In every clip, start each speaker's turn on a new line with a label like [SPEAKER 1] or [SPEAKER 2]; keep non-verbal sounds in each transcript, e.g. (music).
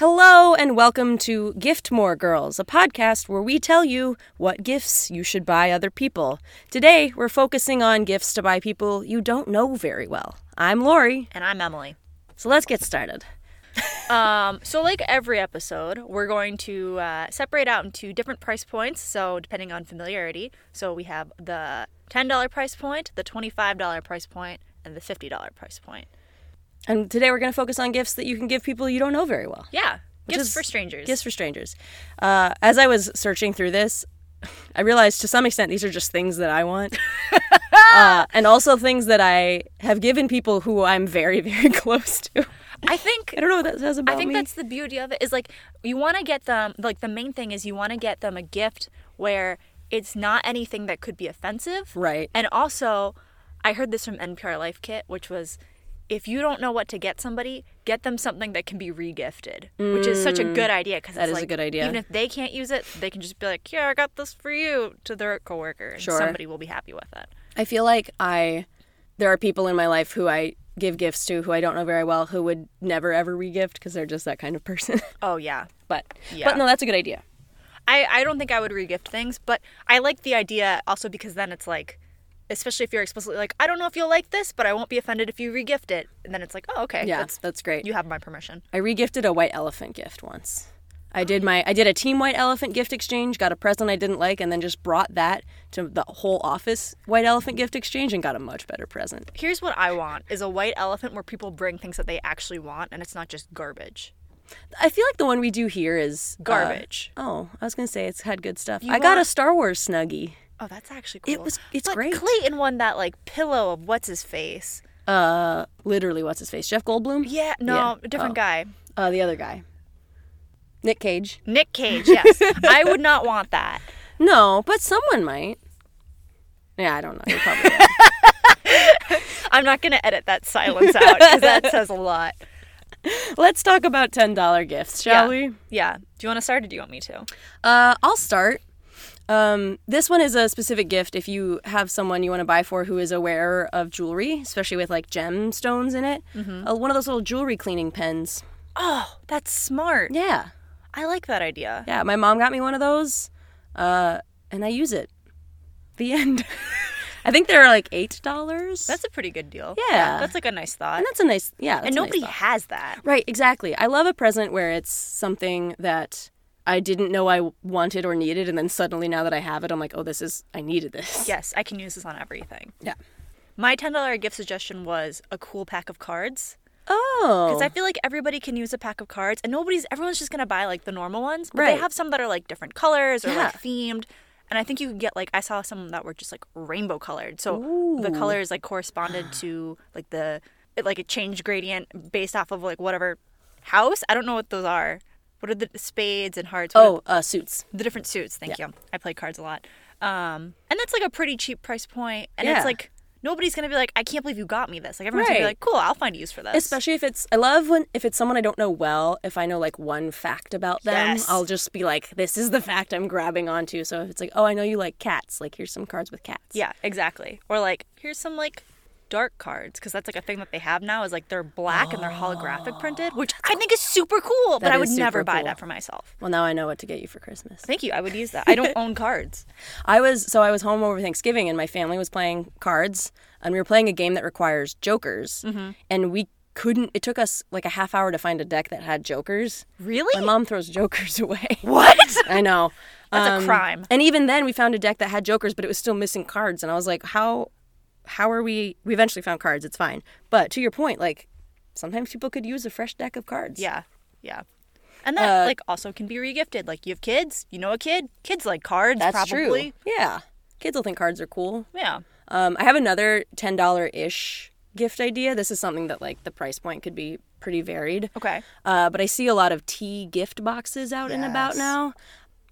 [SPEAKER 1] Hello, and welcome to Gift More Girls, a podcast where we tell you what gifts you should buy other people. Today, we're focusing on gifts to buy people you don't know very well. I'm Lori,
[SPEAKER 2] And I'm Emily.
[SPEAKER 1] so let's get started.
[SPEAKER 2] Um, so, like every episode, we're going to uh, separate out into different price points. So, depending on familiarity. So, we have the $10 price point, the $25 price point, and the $50 price point.
[SPEAKER 1] And today, we're going to focus on gifts that you can give people you don't know very well.
[SPEAKER 2] Yeah.
[SPEAKER 1] Which
[SPEAKER 2] gifts
[SPEAKER 1] is-
[SPEAKER 2] for strangers.
[SPEAKER 1] Gifts for strangers. Uh, as I was searching through this, (laughs) I realized to some extent these are just things that I
[SPEAKER 2] (laughs)
[SPEAKER 1] want. Uh, and also things that I have given people who I'm very, (laughs) very close to.
[SPEAKER 2] I (laughs) think
[SPEAKER 1] I don't know what that says about
[SPEAKER 2] I think
[SPEAKER 1] me.
[SPEAKER 2] that's the beauty of it is like you want to get them like the main thing is you want to get them a gift where it's not anything that could be offensive.
[SPEAKER 1] Right.
[SPEAKER 2] And also, I heard this from NPR Life Kit, which was if you don't know what to get somebody, get them something that can be regifted, which is such a good idea because
[SPEAKER 1] Mm, That is a good idea.
[SPEAKER 2] Even if they can't use it, they can just be like, "Here, I got this for you" to their coworker, and
[SPEAKER 1] Sure.
[SPEAKER 2] somebody will be happy with it.
[SPEAKER 1] I feel like I there are people in my life who I give gifts to who I don't know very well who would never ever regift because they're just that kind of person. (laughs)
[SPEAKER 2] Oh yeah,
[SPEAKER 1] but
[SPEAKER 2] Yeah.
[SPEAKER 1] but no, that's a good idea.
[SPEAKER 2] I, I don't think I would regift things, but I like the idea also because then it's like, especially if you're explicitly like, I don't know if you'll like this, but I won't be offended if you regift it. And then it's like, oh, okay.
[SPEAKER 1] Yeah, that's,
[SPEAKER 2] That's,
[SPEAKER 1] great.
[SPEAKER 2] you have my permission.
[SPEAKER 1] I regifted a white elephant gift once. I did my I did a team white elephant gift exchange, got a present I didn't like, and then just brought that to the whole office white elephant gift exchange and got a much better present.
[SPEAKER 2] Here's what I want is a white elephant where people bring things that they actually want and it's not just garbage.
[SPEAKER 1] I feel like the one we do here is uh,
[SPEAKER 2] Garbage.
[SPEAKER 1] oh, I was gonna say it's had good stuff. I got
[SPEAKER 2] want-
[SPEAKER 1] a Star Wars snuggie.
[SPEAKER 2] oh, that's actually cool.
[SPEAKER 1] was- it's
[SPEAKER 2] but
[SPEAKER 1] great.
[SPEAKER 2] Clayton won that like pillow of what's his face.
[SPEAKER 1] Uh, literally, what's his face? Jeff Goldblum.
[SPEAKER 2] Yeah, no, a different guy.
[SPEAKER 1] Uh, the other guy. Nick Cage.
[SPEAKER 2] Nick
[SPEAKER 1] (laughs)
[SPEAKER 2] Cage, yes. I would not want that.
[SPEAKER 1] No, but someone might. Yeah, I don't know. You're (laughs) probably right.
[SPEAKER 2] I'm not going to edit that silence out
[SPEAKER 1] (laughs)
[SPEAKER 2] because that says a lot.
[SPEAKER 1] Let's talk about $10 gifts, shall
[SPEAKER 2] yeah.
[SPEAKER 1] we?
[SPEAKER 2] Yeah. Do you want to start or do you want me to?
[SPEAKER 1] Uh, I'll start. Um, this one is a specific gift if you have someone you want to buy for who is aware of jewelry, especially with like gemstones in it. Uh, one of those little jewelry cleaning pens.
[SPEAKER 2] Oh, that's smart.
[SPEAKER 1] Yeah.
[SPEAKER 2] I like that idea.
[SPEAKER 1] Yeah. My mom got me one of those, uh, and I use it. The end. (laughs) I think they're like $8.
[SPEAKER 2] That's a pretty good deal.
[SPEAKER 1] Yeah.
[SPEAKER 2] That's like a nice thought.
[SPEAKER 1] And that's a nice, yeah. That's
[SPEAKER 2] And
[SPEAKER 1] a nice
[SPEAKER 2] nobody
[SPEAKER 1] thought.
[SPEAKER 2] has that.
[SPEAKER 1] right, exactly. I love a present where it's something that I didn't know I wanted or needed, and then suddenly now that I have it, I'm like, oh, this is I needed this.
[SPEAKER 2] Yes, I can use this on everything.
[SPEAKER 1] Yeah.
[SPEAKER 2] My $10 gift suggestion was a cool pack of cards.
[SPEAKER 1] Oh,
[SPEAKER 2] Because I feel like everybody can use a pack of cards and nobody's, everyone's just going to buy like the normal ones. But
[SPEAKER 1] Right.
[SPEAKER 2] they have some that are like different colors or like
[SPEAKER 1] Yeah.
[SPEAKER 2] themed. And I think you could get like, I saw some that were just like rainbow colored. So the colors like corresponded to like the, it, like a change gradient based off of like whatever house. I don't know what those are. What are the spades and hearts? What are
[SPEAKER 1] oh, uh, suits.
[SPEAKER 2] the different suits. Thank you. I play cards a lot. Um, and that's like a pretty cheap price point, and
[SPEAKER 1] Yeah.
[SPEAKER 2] it's like nobody's gonna be like, I can't believe you got me this. Like everyone's gonna be
[SPEAKER 1] Right.
[SPEAKER 2] like, cool, I'll find a use for this.
[SPEAKER 1] Especially if it's, I love when if it's someone I don't know well. If I know like one fact about them,
[SPEAKER 2] Yes.
[SPEAKER 1] I'll just be like, this is the fact I'm grabbing onto. So if it's like, oh, I know you like cats, like here's some cards with cats.
[SPEAKER 2] yeah, exactly. Or like, here's some like dark cards because that's like a thing that they have now is like they're black and they're holographic printed, which I think is super cool. But
[SPEAKER 1] That
[SPEAKER 2] I would
[SPEAKER 1] is
[SPEAKER 2] never
[SPEAKER 1] super
[SPEAKER 2] buy
[SPEAKER 1] cool.
[SPEAKER 2] Oh. that for myself.
[SPEAKER 1] Well, now I know what to get you for Christmas.
[SPEAKER 2] Thank you. I would use that. I (laughs) don't own cards.
[SPEAKER 1] I was so I was home over Thanksgiving and my family was playing cards and we were playing a game that requires jokers
[SPEAKER 2] Mm-hmm.
[SPEAKER 1] and we couldn't it took us like a half hour to find a deck that had jokers.
[SPEAKER 2] Really?
[SPEAKER 1] My mom throws jokers (laughs) away.
[SPEAKER 2] What?
[SPEAKER 1] I
[SPEAKER 2] (laughs)
[SPEAKER 1] know. Um,
[SPEAKER 2] That's a crime.
[SPEAKER 1] And even then we found a deck that had jokers but it was still missing cards and I was like how how are we we eventually found cards it's fine. But to your point like sometimes people could use a fresh deck of cards.
[SPEAKER 2] Yeah, yeah. And that like also can be regifted. Like you have kids, you know a kid. Kids like cards.
[SPEAKER 1] That's
[SPEAKER 2] probably.
[SPEAKER 1] true. Yeah. Kids will think cards are cool.
[SPEAKER 2] Yeah.
[SPEAKER 1] Um, I have another ten dollar ish gift idea. This is something that like the price point could be pretty varied.
[SPEAKER 2] Okay.
[SPEAKER 1] Uh, but I see a lot of tea gift boxes out and about
[SPEAKER 2] Yes.
[SPEAKER 1] now.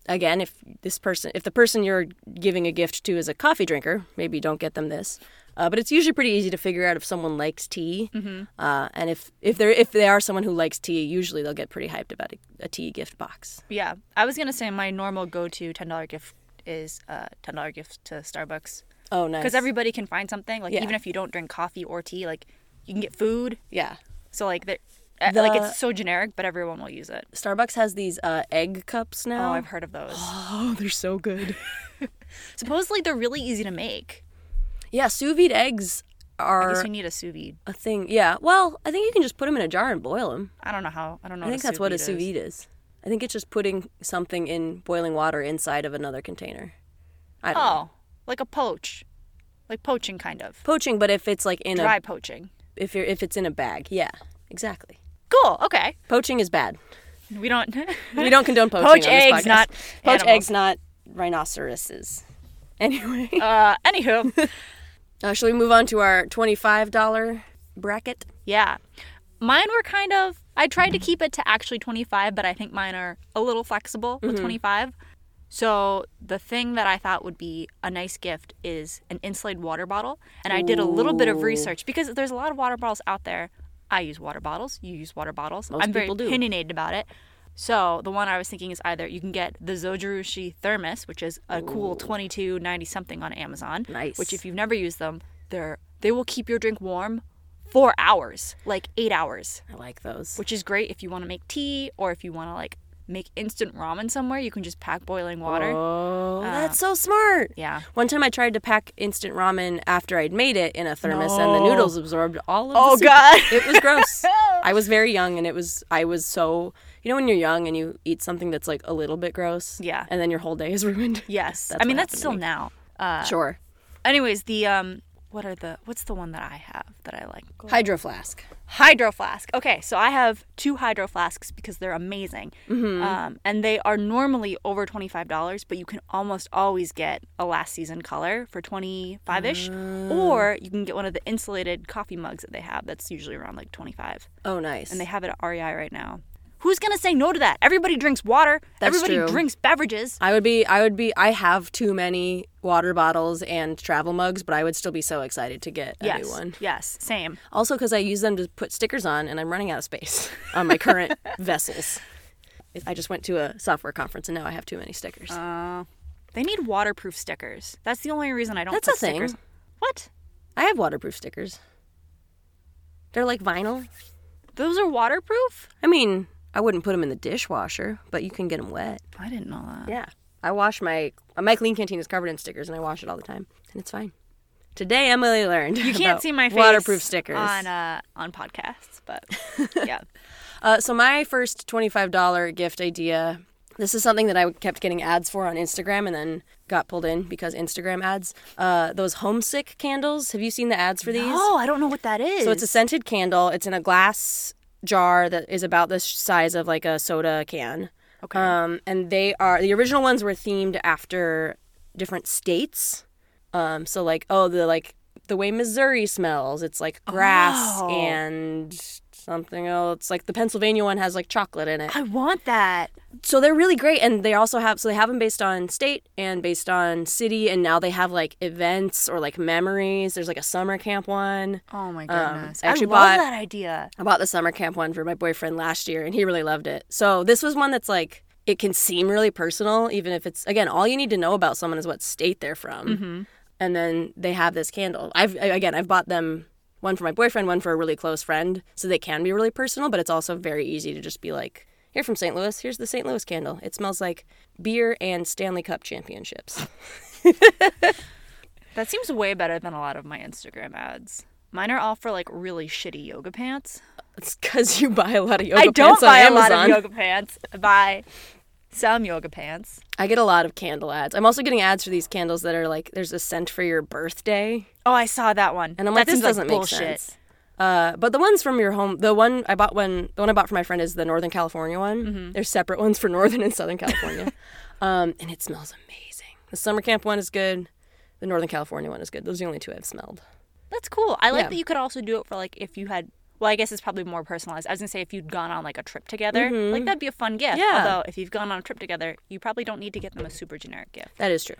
[SPEAKER 1] Again, if this person, if the person you're giving a gift to is a coffee drinker, maybe don't get them this. Uh, but it's usually pretty easy to figure out if someone likes tea.
[SPEAKER 2] Mm-hmm.
[SPEAKER 1] Uh, and if if they if they are someone who likes tea, usually they'll get pretty hyped about a, a tea gift box.
[SPEAKER 2] Yeah, I was gonna say my normal go-to ten dollar gift is uh, ten dollar gift to Starbucks
[SPEAKER 1] Oh, nice.
[SPEAKER 2] because everybody can find something. Like
[SPEAKER 1] Yeah.
[SPEAKER 2] even if you don't drink coffee or tea, like you can get food.
[SPEAKER 1] yeah.
[SPEAKER 2] So like there, I- like it's so generic, but everyone will use it.
[SPEAKER 1] Starbucks has these uh, egg cups
[SPEAKER 2] Oh,
[SPEAKER 1] now.
[SPEAKER 2] I've heard of those.
[SPEAKER 1] (gasps)
[SPEAKER 2] (gasps)
[SPEAKER 1] oh (laughs) they're so good.
[SPEAKER 2] Supposedly they're really easy to make.
[SPEAKER 1] yeah, sous vide eggs
[SPEAKER 2] I
[SPEAKER 1] are
[SPEAKER 2] guess you need a sous vide.
[SPEAKER 1] a thing. Yeah, well, I think you can just put them in a jar and boil them.
[SPEAKER 2] I don't know how. I don't know.
[SPEAKER 1] I think that's what a sous vide is. I think it's just putting something in boiling water inside of another container. I don't know.
[SPEAKER 2] Oh, like a poach, like poaching kind of
[SPEAKER 1] Poaching, but if it's like in
[SPEAKER 2] dry poaching.
[SPEAKER 1] a if you're if it's in a bag, yeah, exactly.
[SPEAKER 2] Cool. Okay.
[SPEAKER 1] Poaching is bad.
[SPEAKER 2] We don't. (laughs)
[SPEAKER 1] We don't condone poaching.
[SPEAKER 2] Poach
[SPEAKER 1] on this
[SPEAKER 2] eggs,
[SPEAKER 1] podcast.
[SPEAKER 2] not
[SPEAKER 1] poach
[SPEAKER 2] animals.
[SPEAKER 1] eggs, not rhinoceroses. (laughs) Anyway,
[SPEAKER 2] uh. Anywho.
[SPEAKER 1] uh, shall we move on to our twenty-five dollar bracket?
[SPEAKER 2] Yeah. Mine were kind of I tried to keep it to actually 25, but I think mine are a little flexible with
[SPEAKER 1] Mm-hmm.
[SPEAKER 2] 25. So the thing that I thought would be a nice gift is an insulated water bottle, and I did a little bit of research because there's a lot of water bottles out there. I use water bottles, you use water bottles. I'm very
[SPEAKER 1] people do.
[SPEAKER 2] opinionated about it. So the one I was thinking is either you can get the Zojirushi thermos, which is a cool 22.90 something on Amazon.
[SPEAKER 1] Nice.
[SPEAKER 2] Which if you've never used them, they're they will keep your drink warm four hours, like eight hours,
[SPEAKER 1] I like those.
[SPEAKER 2] which is great if you want to make tea or if you want to like make instant ramen somewhere. You can just pack boiling water.
[SPEAKER 1] Oh,
[SPEAKER 2] Uh.
[SPEAKER 1] that's so smart.
[SPEAKER 2] Yeah.
[SPEAKER 1] One time I tried to pack instant ramen after I'd made it in a thermos and the noodles absorbed all of
[SPEAKER 2] Oh,
[SPEAKER 1] the soup.
[SPEAKER 2] God.
[SPEAKER 1] It was
[SPEAKER 2] (laughs)
[SPEAKER 1] gross. I was very young and it was I was so you know when you're young and you eat something that's like a little bit gross?
[SPEAKER 2] Yeah.
[SPEAKER 1] And then your whole day is (laughs) ruined.
[SPEAKER 2] Yes,
[SPEAKER 1] That's
[SPEAKER 2] I mean
[SPEAKER 1] what
[SPEAKER 2] that's still now. Uh,
[SPEAKER 1] Sure.
[SPEAKER 2] anyways, the um, what are the what's the one that I have that I like?
[SPEAKER 1] Hydro flask.
[SPEAKER 2] Hydro flask. Okay, so I have two hydro flasks because they're amazing,
[SPEAKER 1] Mm-hmm.
[SPEAKER 2] um, and they are normally over twenty five dollars, but you can almost always get a last season color for twenty five ish,
[SPEAKER 1] Ah.
[SPEAKER 2] or you can get one of the insulated coffee mugs that they have. That's usually around like twenty five,
[SPEAKER 1] Oh nice.
[SPEAKER 2] and they have it at REI right now. Who's gonna say no to that? Everybody drinks water.
[SPEAKER 1] That's
[SPEAKER 2] Everybody
[SPEAKER 1] true.
[SPEAKER 2] drinks beverages.
[SPEAKER 1] I would be I would be I have too many water bottles and travel mugs, but I would still be so excited to get a
[SPEAKER 2] Yes.
[SPEAKER 1] new one.
[SPEAKER 2] Yes. Same.
[SPEAKER 1] Also, because I use them to put stickers on, and I'm running out of space (laughs) on my
[SPEAKER 2] (laughs)
[SPEAKER 1] current vessels. I just went to a software conference, and now I have too many stickers.
[SPEAKER 2] Uh.
[SPEAKER 1] Uh.
[SPEAKER 2] They need waterproof stickers. That's the only reason I don't.
[SPEAKER 1] That's
[SPEAKER 2] put
[SPEAKER 1] a thing.
[SPEAKER 2] stickers- What?
[SPEAKER 1] I have waterproof stickers. They're like vinyl.
[SPEAKER 2] Those are waterproof?
[SPEAKER 1] I mean, I wouldn't put them in the dishwasher, but you can get them wet.
[SPEAKER 2] I didn't know that.
[SPEAKER 1] Yeah. I wash my my clean canteen is covered in stickers, and I wash it all the time, and it's fine. Today, Emily learned
[SPEAKER 2] You can't see my face
[SPEAKER 1] waterproof stickers.
[SPEAKER 2] on uh, on podcasts, (laughs) but yeah.
[SPEAKER 1] Uh, so my first twenty-five dollar gift idea. This is something that I kept getting ads for on Instagram, and then got pulled in because Instagram ads. Uh, those homesick candles. Have you seen the ads for these?
[SPEAKER 2] Oh, I don't know what that is.
[SPEAKER 1] So it's a scented candle. It's in a glass jar that is about the sh- size of like a soda can.
[SPEAKER 2] Okay.
[SPEAKER 1] Um, and they are the original ones were themed after different states. Um, so like oh the like the way Missouri smells, it's like grass
[SPEAKER 2] Oh.
[SPEAKER 1] and something else. Like the Pennsylvania one has like chocolate in it.
[SPEAKER 2] I want that.
[SPEAKER 1] So they're really great, and they also have so they have them based on state and based on city, and now they have like events or like memories. There's like a summer camp one.
[SPEAKER 2] Oh my
[SPEAKER 1] goodness. I
[SPEAKER 2] I,
[SPEAKER 1] actually bought-
[SPEAKER 2] love that idea.
[SPEAKER 1] I bought the summer camp one for my boyfriend last year, and he really loved it. So this was one that's like it can seem really personal, even if it's again all you need to know about someone is what state they're from,
[SPEAKER 2] Mm-hmm.
[SPEAKER 1] and then they have this candle. I've I- again I've bought them one for my boyfriend, one for a really close friend, so they can be really personal, but it's also very easy to just be like. You're from St. Louis. Here's the St. Louis candle. It smells like beer and Stanley Cup championships. (laughs)
[SPEAKER 2] That seems way better than a lot of my Instagram ads. Mine are all for like really shitty yoga pants.
[SPEAKER 1] It's because you buy a lot of yoga
[SPEAKER 2] I don't
[SPEAKER 1] pants on
[SPEAKER 2] buy a
[SPEAKER 1] Amazon.
[SPEAKER 2] lot of yoga pants. (laughs) I buy some yoga pants.
[SPEAKER 1] I get a lot of candle ads. I'm also getting ads for these candles that are like, there's a scent for your birthday.
[SPEAKER 2] Oh, I saw that one.
[SPEAKER 1] And I'm like,
[SPEAKER 2] that
[SPEAKER 1] this
[SPEAKER 2] seems
[SPEAKER 1] doesn't make
[SPEAKER 2] bullshit.
[SPEAKER 1] sense. Uh, but the ones from your home, the one I bought one, the one I bought for my friend is the Northern California one. There's separate ones for (laughs) Northern and Southern California, um, and it smells amazing. The summer camp one is good. The Northern California one is good. Those are the only two I've smelled.
[SPEAKER 2] That's cool. I like
[SPEAKER 1] Yeah.
[SPEAKER 2] that you could also do it for like if you had. Well, I guess it's probably more personalized. I was gonna say if you'd gone on like a trip together, like that'd be a fun gift.
[SPEAKER 1] Mm-hmm. Yeah.
[SPEAKER 2] Although if you've gone on a trip together, you probably don't need to get them a super generic gift.
[SPEAKER 1] That is true.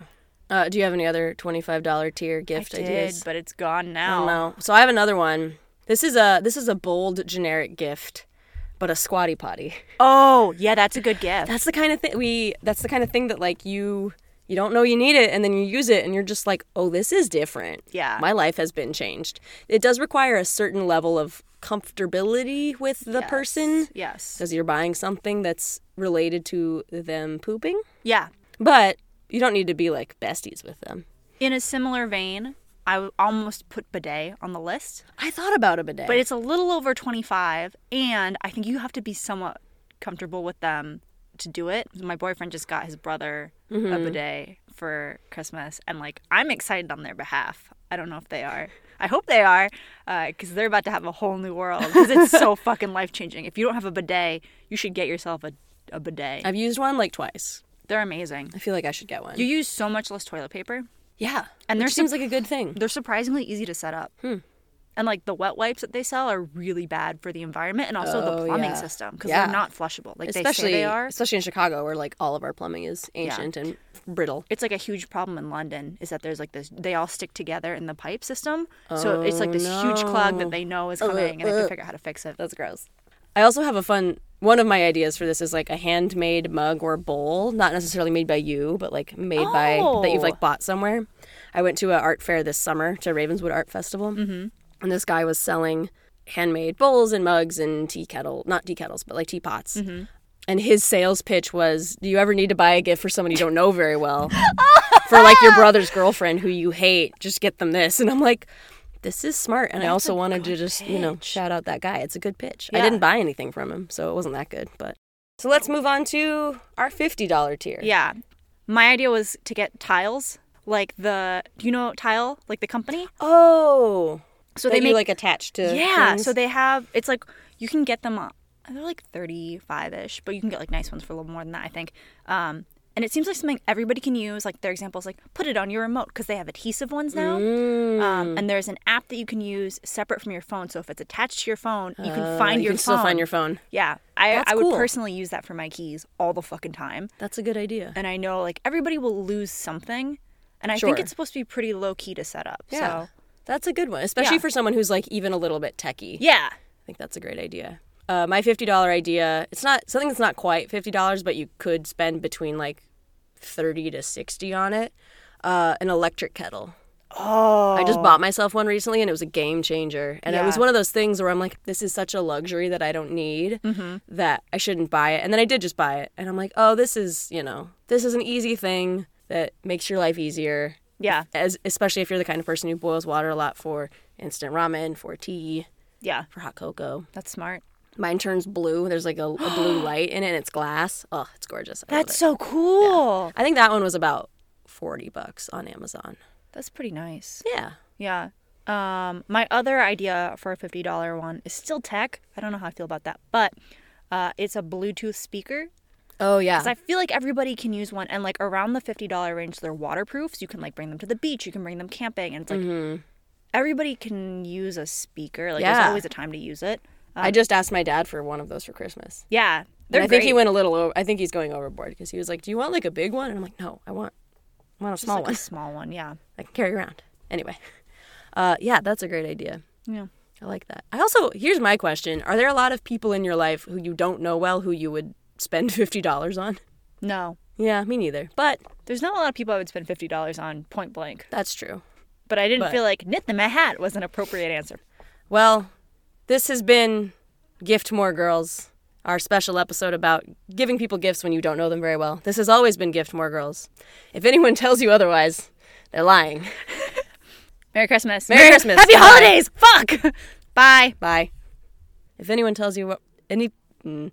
[SPEAKER 1] Uh, do you have any other twenty-five dollar tier gift ideas?
[SPEAKER 2] but it's gone
[SPEAKER 1] I
[SPEAKER 2] now.
[SPEAKER 1] don't know. So I have another one. This is a this is a bold generic gift, but a squatty potty. (laughs)
[SPEAKER 2] Oh yeah, that's a good gift.
[SPEAKER 1] that's the kind of thing we that's the kind of thing that like you you don't know you need it and then you use it and you're just like oh this is different
[SPEAKER 2] Yeah.
[SPEAKER 1] my life has been changed it does require a certain level of comfortability with the
[SPEAKER 2] Yes.
[SPEAKER 1] person
[SPEAKER 2] Yes.
[SPEAKER 1] because you're buying something that's related to them pooping
[SPEAKER 2] Yeah.
[SPEAKER 1] but you don't need to be like besties with them
[SPEAKER 2] In a similar vein, I w- almost put bidet on the list,
[SPEAKER 1] i thought about a bidet
[SPEAKER 2] but it's a little over 25, and I think you have to be somewhat comfortable with them to do it. My boyfriend just got his brother a bidet for Christmas, and like I'm excited on their behalf. I don't know if they are. I hope they are, because they're about to have a whole new world. Because it's so fucking life changing. If you don't have a bidet, you should get yourself a, a bidet.
[SPEAKER 1] i've used one like twice
[SPEAKER 2] They're amazing.
[SPEAKER 1] i feel like i should get one
[SPEAKER 2] You use so much less toilet paper.
[SPEAKER 1] yeah
[SPEAKER 2] And
[SPEAKER 1] there
[SPEAKER 2] there's
[SPEAKER 1] seems like a good thing
[SPEAKER 2] They're surprisingly easy to set up.
[SPEAKER 1] Hmm.
[SPEAKER 2] And like the wet wipes that they sell are really bad for the environment and also
[SPEAKER 1] Oh,
[SPEAKER 2] the plumbing
[SPEAKER 1] yeah.
[SPEAKER 2] system because
[SPEAKER 1] Yeah.
[SPEAKER 2] they're not flushable. Like
[SPEAKER 1] especially
[SPEAKER 2] they say they are.
[SPEAKER 1] especially in Chicago where like all of our plumbing is ancient and brittle.
[SPEAKER 2] It's like a huge problem in London is that there's like this they all stick together in the pipe system. so it's like this huge clog
[SPEAKER 1] Oh,
[SPEAKER 2] that they know is coming and they have to figure out how to fix it.
[SPEAKER 1] That's gross. I also have a fun one of my ideas for this is like a handmade mug or bowl, not necessarily made by you, but like made by that you've
[SPEAKER 2] Oh.
[SPEAKER 1] like bought somewhere. I went to an art fair this summer to Ravenswood Art Festival, mm-hmm. and this guy was selling handmade bowls and mugs and tea kettle, not tea kettles, but like teapots. And his sales pitch was, "Do you ever need to buy a gift for someone you don't know very well?" for like your brother's girlfriend who you hate, just get them this. And I'm like, this is smart. And I also wanted to just, you know, shout out that guy. It's a good pitch. I
[SPEAKER 2] Yeah.
[SPEAKER 1] didn't buy anything from him, so it wasn't that good. But so let's move on to our $50 tier.
[SPEAKER 2] Yeah. My idea was to get tiles. Like the do you know tile? Like the company?
[SPEAKER 1] Oh.
[SPEAKER 2] So
[SPEAKER 1] that
[SPEAKER 2] they
[SPEAKER 1] you,
[SPEAKER 2] make
[SPEAKER 1] like attached to
[SPEAKER 2] Yeah,
[SPEAKER 1] things?
[SPEAKER 2] so they have it's like you can get them uh, they're like 35ish, but you can get like nice ones for a little more than that, I think. Um and it seems like something everybody can use. Like their example is like put it on your remote because they have adhesive ones now.
[SPEAKER 1] Mm.
[SPEAKER 2] Um, and there's an app that you can use separate from your phone. So if it's attached to your phone, you can
[SPEAKER 1] Oh, you
[SPEAKER 2] find your
[SPEAKER 1] can
[SPEAKER 2] phone.
[SPEAKER 1] still find your phone.
[SPEAKER 2] Yeah, I,
[SPEAKER 1] That's
[SPEAKER 2] I would
[SPEAKER 1] cool.
[SPEAKER 2] personally use that for my keys all the fucking time.
[SPEAKER 1] That's a good idea.
[SPEAKER 2] And I know like everybody will lose something, and I think
[SPEAKER 1] Sure.
[SPEAKER 2] it's supposed to be pretty low key to set up.
[SPEAKER 1] Yeah.
[SPEAKER 2] So
[SPEAKER 1] That's a good one, especially
[SPEAKER 2] Yeah.
[SPEAKER 1] for someone who's like even a little bit techie.
[SPEAKER 2] yeah,
[SPEAKER 1] I think that's a great idea. Uh, my fifty dollar idea. It's not something that's not quite fifty dollars, but you could spend between like thirty to sixty on it. Uh, an electric kettle.
[SPEAKER 2] oh,
[SPEAKER 1] I just bought myself one recently, and it was a game changer. And it was
[SPEAKER 2] Yeah.
[SPEAKER 1] one of those things where I'm like, this is such a luxury that I don't need
[SPEAKER 2] Mm-hmm.
[SPEAKER 1] that I shouldn't buy it. And then I did just buy it, and I'm like, oh, this is you know, this is an easy thing that makes your life easier.
[SPEAKER 2] yeah,
[SPEAKER 1] As especially if you're the kind of person who boils water a lot for instant ramen, for tea,
[SPEAKER 2] yeah,
[SPEAKER 1] for hot cocoa.
[SPEAKER 2] that's smart.
[SPEAKER 1] Mine turns blue. There's like a, a
[SPEAKER 2] (gasps)
[SPEAKER 1] blue light in it, and it's glass. Oh, it's gorgeous. I love
[SPEAKER 2] That's so cool.
[SPEAKER 1] it. I think that one was about forty bucks on Amazon.
[SPEAKER 2] That's pretty nice.
[SPEAKER 1] Yeah,
[SPEAKER 2] Yeah. Um, my other idea for a fifty dollar one is still tech. I don't know how I feel about that, but uh, it's a Bluetooth speaker.
[SPEAKER 1] Oh yeah.
[SPEAKER 2] 'Cause I feel like everybody can use one, and like around the fifty dollar range, they're waterproof. So you can like bring them to the beach, you can bring them camping, and it's like everybody can use a speaker.
[SPEAKER 1] Mm-hmm.
[SPEAKER 2] Like
[SPEAKER 1] Yeah.
[SPEAKER 2] there's always a time to use it.
[SPEAKER 1] I just asked my dad for one of those for Christmas.
[SPEAKER 2] Yeah,
[SPEAKER 1] And
[SPEAKER 2] they're
[SPEAKER 1] I think he
[SPEAKER 2] great.
[SPEAKER 1] went a little. Over, I think he's going overboard because he was like, "Do you want like a big one?" And I'm like, "No, I want, I want a small
[SPEAKER 2] like
[SPEAKER 1] one
[SPEAKER 2] a small one. Yeah,
[SPEAKER 1] I can carry around." Anyway, uh, yeah, that's a great idea.
[SPEAKER 2] yeah.
[SPEAKER 1] I like that. I also here's my question: Are there a lot of people in your life who you don't know well who you would spend (laughs) fifty dollars on?
[SPEAKER 2] No,
[SPEAKER 1] Yeah, me neither. But
[SPEAKER 2] there's not a lot of people I would spend fifty dollars on point blank.
[SPEAKER 1] that's true.
[SPEAKER 2] But I didn't feel like knit them a hat was an appropriate answer.
[SPEAKER 1] Well, this has been Gift More Girls, our special episode about giving people gifts when you don't know them very well. This has always been Gift More Girls. If anyone (laughs) tells you otherwise, they're lying.
[SPEAKER 2] Merry Christmas.
[SPEAKER 1] Merry Christmas.
[SPEAKER 2] Happy
[SPEAKER 1] Bye.
[SPEAKER 2] holidays. Fuck. (laughs) Bye.
[SPEAKER 1] Bye. If anyone tells you what any mm,